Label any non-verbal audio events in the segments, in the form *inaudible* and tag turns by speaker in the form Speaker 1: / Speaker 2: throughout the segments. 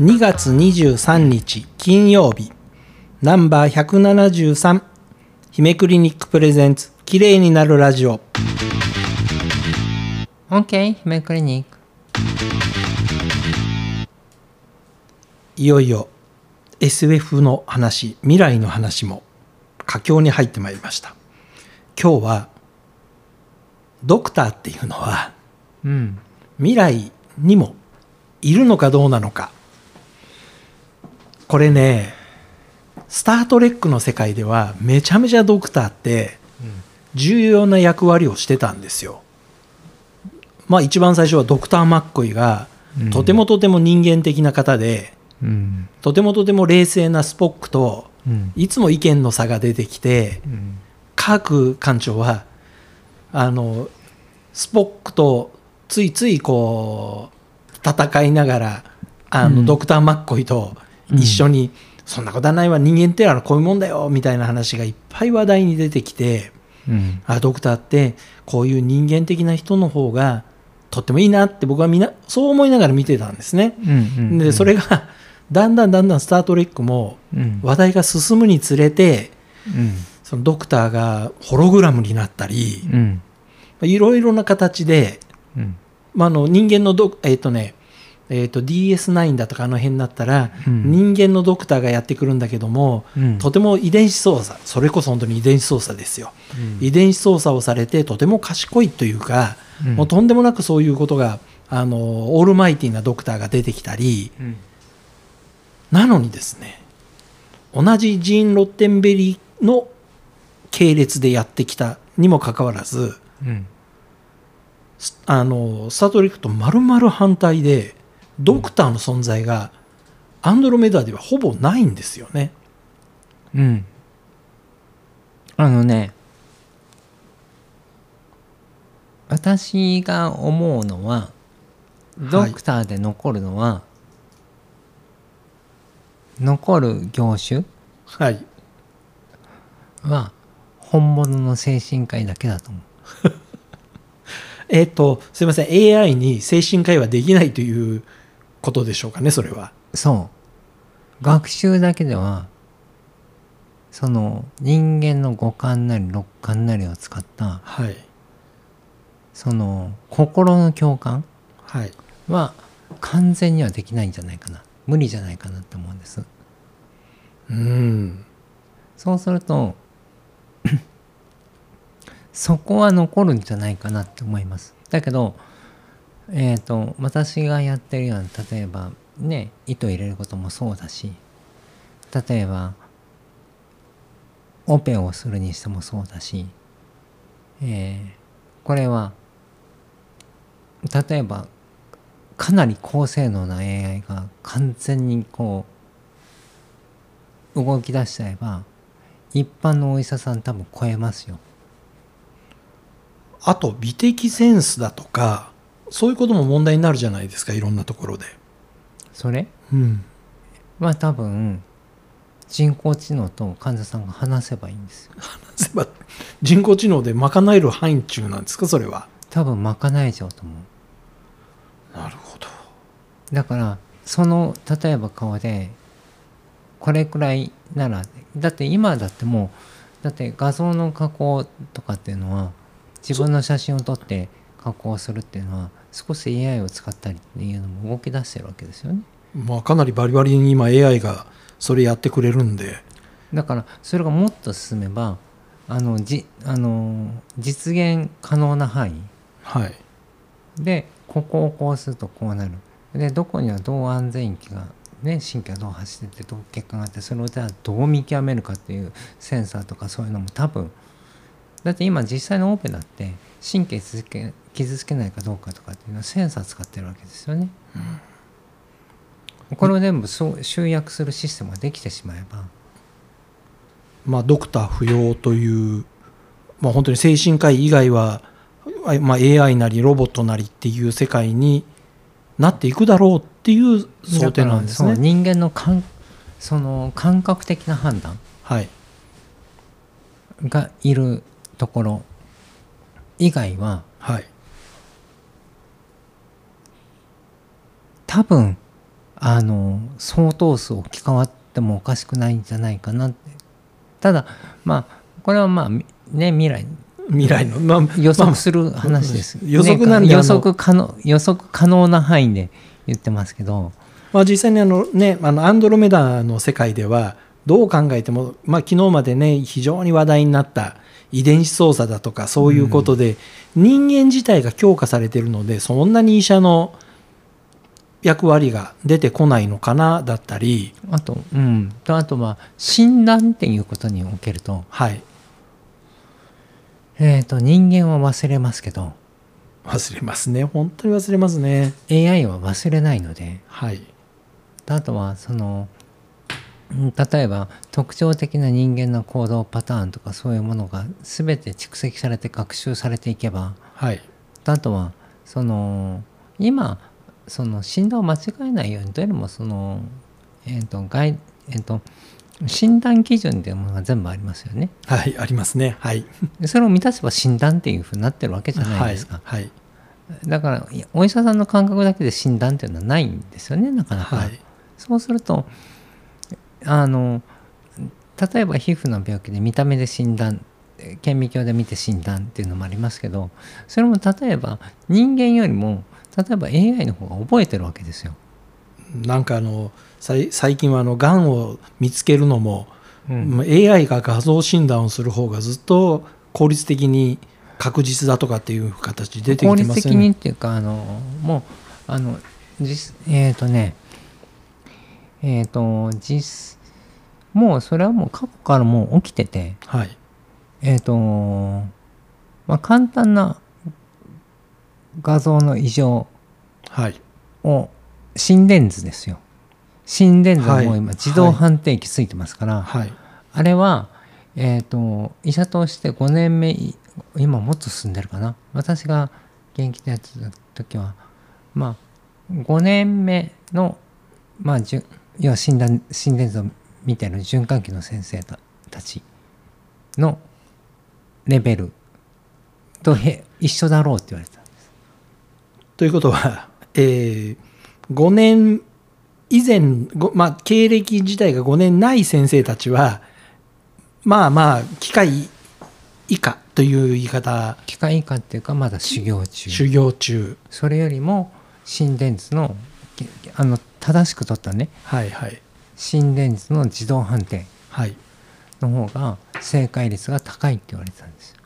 Speaker 1: 2月23日金曜日ナンバー173姫クリニックプレゼンツ綺麗になるラジオ
Speaker 2: OK 姫クリニック
Speaker 1: いよいよ SF の話未来の話も佳境に入ってまいりました今日はドクターっていうのは
Speaker 2: うん
Speaker 1: 未来にもいるのかどうなのかこれね「スター・トレック」の世界ではめちゃめちゃドクターって重要な役割をしてたんですよ。まあ一番最初はドクター・マッコイが
Speaker 2: うん
Speaker 1: とてもとても人間的な方で、
Speaker 2: うん
Speaker 1: とてもとても冷静なスポックと
Speaker 2: うん
Speaker 1: いつも意見の差が出てきて
Speaker 2: うん
Speaker 1: 各館長はあのスポックとついついこう戦いながらあの、
Speaker 2: うん
Speaker 1: ドクター・マッコイと一緒に、そんなことはないわ人間ってのはこういうもんだよみたいな話がいっぱい話題に出てきて
Speaker 2: うん
Speaker 1: あドクターってこういう人間的な人の方がとってもいいなって僕はみんなそう思いながら見てたんですね。
Speaker 2: うん
Speaker 1: でそれがだんだんだんだん「スター・トレック」も
Speaker 2: うん
Speaker 1: 話題が進むにつれて
Speaker 2: うん
Speaker 1: そのドクターがホログラムになったり
Speaker 2: うん
Speaker 1: いろいろな形で、
Speaker 2: うん
Speaker 1: まあ、あの人間のドえっ、とね、えー、と DS9 だとかあの辺になったら、
Speaker 2: うん
Speaker 1: 人間のドクターがやってくるんだけども、
Speaker 2: うん
Speaker 1: とても遺伝子操作それこそ本当に遺伝子操作ですよ、
Speaker 2: うん
Speaker 1: 遺伝子操作をされてとても賢いというか、
Speaker 2: うん
Speaker 1: もうとんでもなくそういうことがあのオールマイティなドクターが出てきたり
Speaker 2: うん
Speaker 1: なのにですね同じジーン・ロッテンベリーの系列でやってきたにもかかわらず
Speaker 2: うん
Speaker 1: すあのスター・トレックと丸々反対でドクターの存在がアンドロメダではほぼないんですよね。
Speaker 2: うんあのね私が思うのはドクターで残るのは、残る業種
Speaker 1: はい、
Speaker 2: は本物の精神科医だけだと思う
Speaker 1: えっ、とすいません AI に精神科医はできないということでしょうかねそれは。
Speaker 2: そう学習だけではその人間の五感なり六感なりを使った
Speaker 1: はい、
Speaker 2: その心の共感
Speaker 1: はい、
Speaker 2: は完全にはできないんじゃないかな無理じゃないかなって思うんです
Speaker 1: うん
Speaker 2: そうすると *coughs* そこは残るんじゃないかなって思いますだけどえっ、と私がやってるような例えばね糸入れることもそうだし例えばオペをするにしてもそうだし、えーこれは例えばかなり高性能な AI が完全にこう動き出しちゃえば一般のお医者さん多分超えますよ。
Speaker 1: あと美的センスだとかそういうことも問題になるじゃないですかいろんなところで。
Speaker 2: それ
Speaker 1: うん、
Speaker 2: は多分人工知能と患者さんが話せばいいんですよ。
Speaker 1: そういえば人工知能で賄える範囲中なんですかそれは。
Speaker 2: 多分まかないちゃうと思
Speaker 1: なるほど。
Speaker 2: う。だからその例えば顔でこれくらいならだって今だってもうだって画像の加工とかっていうのは自分の写真を撮って加工するっていうのは少し AI を使ったりっていうのも動き出してるわけですよね。
Speaker 1: まあかなりバリバリに今 AI がそれやってくれるんで。
Speaker 2: だからそれがもっと進めばあのじあの実現可能な範囲
Speaker 1: はい。
Speaker 2: でここをこうするとこうなるでどこにはどう安全域が、ね、神経がどう走っててどう血管があってそれをじゃあどう見極めるかっていうセンサーとかそういうのも多分だって今実際のオペだって神経傷つけ傷つけないかどうかとかっていうのはセンサー使ってるわけですよね。これを全部そう集約するシステムができてしまえば。
Speaker 1: まあドクター不要という、まあ本当に精神科医以外は、あまあ、AI なりロボットなりっていう世界になっていくだろうっていう想定なんです
Speaker 2: だからそう
Speaker 1: ね。
Speaker 2: 人間の感その感覚的な判断
Speaker 1: はい。
Speaker 2: がいるところ以外は
Speaker 1: はい。
Speaker 2: 多分あの相当数置き換わってもおかしくないんじゃないかなってただまあこれはまあみね未来
Speaker 1: 未来の、まあ、
Speaker 2: 予測する話です、
Speaker 1: まあ予測なんで
Speaker 2: ね
Speaker 1: あ
Speaker 2: 予
Speaker 1: の
Speaker 2: 測可能予測可能な範囲で言ってますけど
Speaker 1: まあ、実際にあの、ね、あのアンドロメダの世界ではどう考えても、まあ、昨日までね非常に話題になった遺伝子操作だとかそういうことで、人間自体が強化されているのでそんなに医者の役割が出てこないのかなだったり、
Speaker 2: あとうんとあとは診断っていうことにおけると,、
Speaker 1: はい、
Speaker 2: えー、と人間は忘れますけど
Speaker 1: 忘れますね本当に忘れますね。
Speaker 2: AI は忘れないので
Speaker 1: はい、
Speaker 2: あとはそのうん例えば特徴的な人間の行動パターンとかそういうものが全て蓄積されて学習されていけば
Speaker 1: はい、
Speaker 2: あとはその今その診断を間違えないようにどれもそのえっ、と外えっ、と診断基準っていうものが全部ありますよね。
Speaker 1: はい、ありますね。はい、
Speaker 2: でそれを満たせば診断っていうふうになってるわけじゃない
Speaker 1: は
Speaker 2: で
Speaker 1: い
Speaker 2: すか。、
Speaker 1: はい、
Speaker 2: だからいやお医者さんの感覚だけで診断っていうのはないんですよねなかなか。
Speaker 1: はい、
Speaker 2: そうするとあの例えば皮膚の病気で見た目で診断えー顕微鏡で見て診断っていうのもありますけどそれも例えば人間よりも例えば AI の方が覚えてるわけですよ。
Speaker 1: なんかあのさい最近はあのがんを見つけるのも
Speaker 2: う
Speaker 1: もう AI が画像診断をする方がずっと効率的に確実だとかっていう形で出て
Speaker 2: 効
Speaker 1: きて
Speaker 2: 率
Speaker 1: ます
Speaker 2: 的
Speaker 1: よ
Speaker 2: に
Speaker 1: ね。
Speaker 2: っていうかあのもうあの実えっ、とねえっ、と実もうそれはもう過去からもう起きてて。
Speaker 1: はい
Speaker 2: えっ、と、まあ、簡単な画像の異常
Speaker 1: はい
Speaker 2: を心電図ですよ。心電図はも
Speaker 1: は
Speaker 2: う
Speaker 1: い
Speaker 2: 今自動判定器ついてますから、
Speaker 1: はい
Speaker 2: あれは、えっ、と、医者として5年目い、今もっと進んでるかな。私が現役でやってた時は、まあ、5年目の、まあ、じゅ要は診断、心電図を見てる循環器の先生たたちのレベルとへ一緒だろうって言われた。
Speaker 1: ということは、え5年以前、ごまあ、経歴自体が5年ない先生たちはまあまあ機械以下という言い方
Speaker 2: 機械以下っていうか、まだ修行中。
Speaker 1: 修行中
Speaker 2: それよりも、心電図の、きあの、正しく取ったね、
Speaker 1: はいはい
Speaker 2: 心電図の自動判定
Speaker 1: はい
Speaker 2: の方が正解率が高いって言われてたんですよ。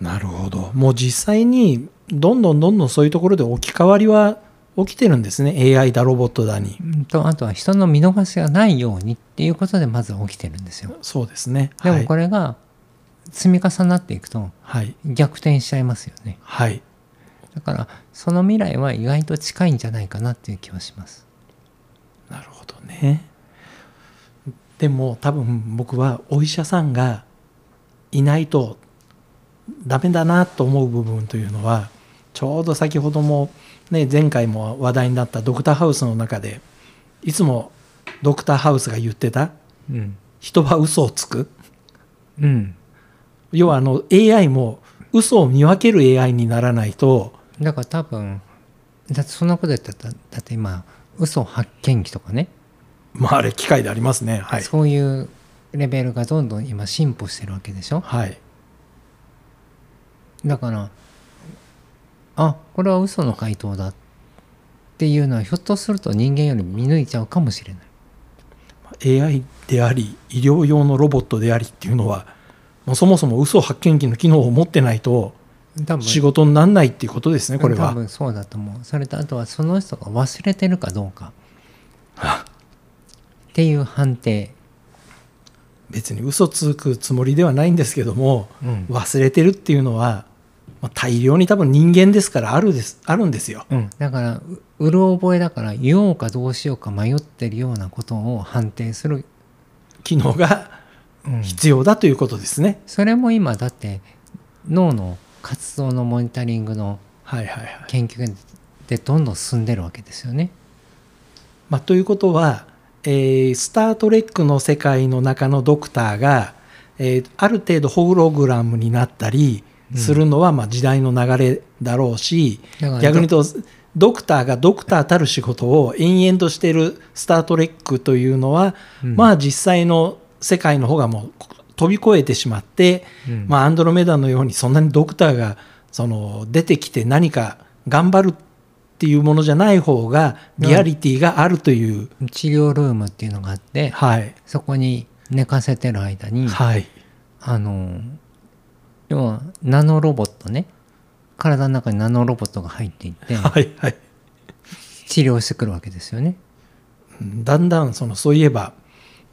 Speaker 1: なるほどもう実際にどんどんどんどんそういうところで置き換わりは起きてるんですね AI だロボットだに
Speaker 2: うんとあとは人の見逃しがないようにっていうことでまず起きてるんですよ。
Speaker 1: そうですね。
Speaker 2: でもこれが積み重なっていくと
Speaker 1: はい、はい、
Speaker 2: 逆転しちゃいますよね。
Speaker 1: はい
Speaker 2: だからその未来は意外と近いんじゃないかなっていう気はします。
Speaker 1: なるほどね。でも多分僕はお医者さんがいないとダメだなと思う部分というのはちょうど先ほども、ね、前回も話題になったドクターハウスの中でいつもドクターハウスが言ってた
Speaker 2: うん。
Speaker 1: 人は嘘をつく
Speaker 2: うん。
Speaker 1: 要はあの AI も嘘を見分ける AI にならないと
Speaker 2: だから多分だってそんなこと言ったらだだって今嘘発見器とかね、
Speaker 1: まああれ機械でありますねはい
Speaker 2: そういうレベルがどんどん今進歩してるわけでしょ。
Speaker 1: はい
Speaker 2: だからあこれは嘘の回答だっていうのはひょっとすると人間より見抜いちゃうかもしれない
Speaker 1: AI であり医療用のロボットでありっていうのはもうそもそも嘘発見器の機能を持ってないと
Speaker 2: 多分
Speaker 1: 仕事にならないっていうことですねこれ
Speaker 2: 多
Speaker 1: は
Speaker 2: 分そうだと思うそれとあとはその人が忘れてるかどうかっていう判定、
Speaker 1: 別に嘘つくつもりではないんですけども
Speaker 2: うん
Speaker 1: 忘れてるっていうのはまあ大量に多分人間ですからあるですあるんですよ
Speaker 2: だからううる覚えだから言おうかどうしようか迷ってるようなことを判定する、
Speaker 1: 機能が必要だということですね、
Speaker 2: それも今だって脳の活動のモニタリングの
Speaker 1: はいはいはい、
Speaker 2: 研究でどんどん進んでるわけですよね。
Speaker 1: まあ、ということは、えースター・トレック」の世界の中のドクターが、えーある程度ホログラムになったりするのは、まあ、時代の流れだろうし
Speaker 2: だから
Speaker 1: 逆に言うとドクターがドクターたる仕事を延々としている「スター・トレック」というのは、
Speaker 2: うん
Speaker 1: まあ実際の世界の方がもう飛び越えてしまって、
Speaker 2: うん
Speaker 1: まあ、アンドロメダのようにそんなにドクターがその出てきて何か頑張るっていうものじゃない方がリアリティがあるという、
Speaker 2: 治療ルームっていうのがあって
Speaker 1: はい、
Speaker 2: そこに寝かせてる間に、
Speaker 1: はい、
Speaker 2: あの要はナノロボットね体の中にナノロボットが入っていって
Speaker 1: はい、はい。
Speaker 2: 治療してくるわけですよね。
Speaker 1: だんだんそのそういえば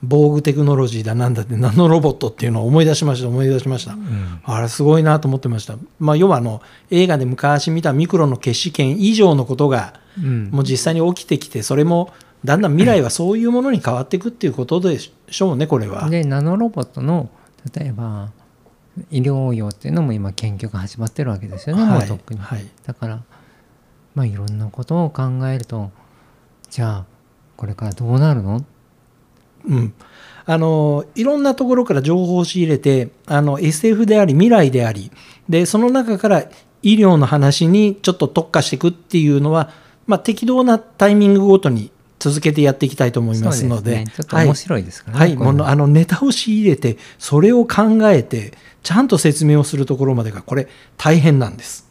Speaker 1: 防具テクノロジーだなんだってナノロボットっていうのを思い出しました思い出しました
Speaker 2: うん
Speaker 1: あれすごいなと思ってました、まあ、要はあの映画で昔見たミクロの決死権以上のことが
Speaker 2: うん
Speaker 1: もう実際に起きてきてそれもだんだん未来はそういうものに変わっていくっていうことでしょうねこれは。
Speaker 2: でナノロボットの例えば医療用っていうのも今研究が始まってるわけですよね、もうとっくに、
Speaker 1: はい
Speaker 2: だからまあいろんなことを考えるとじゃあこれからどうなるの
Speaker 1: うん、あのいろんなところから情報を仕入れてあの SF であり未来でありでその中から医療の話にちょっと特化していくっていうのは、まあ、適当なタイミングごとに続けてやっていきたいと思いますので
Speaker 2: そうすねちょっと
Speaker 1: はい
Speaker 2: 面白いですからね、
Speaker 1: はい、
Speaker 2: こうい
Speaker 1: も
Speaker 2: うの
Speaker 1: のあのネタを仕入れてそれを考えてちゃんと説明をするところまでがこれ大変なんです。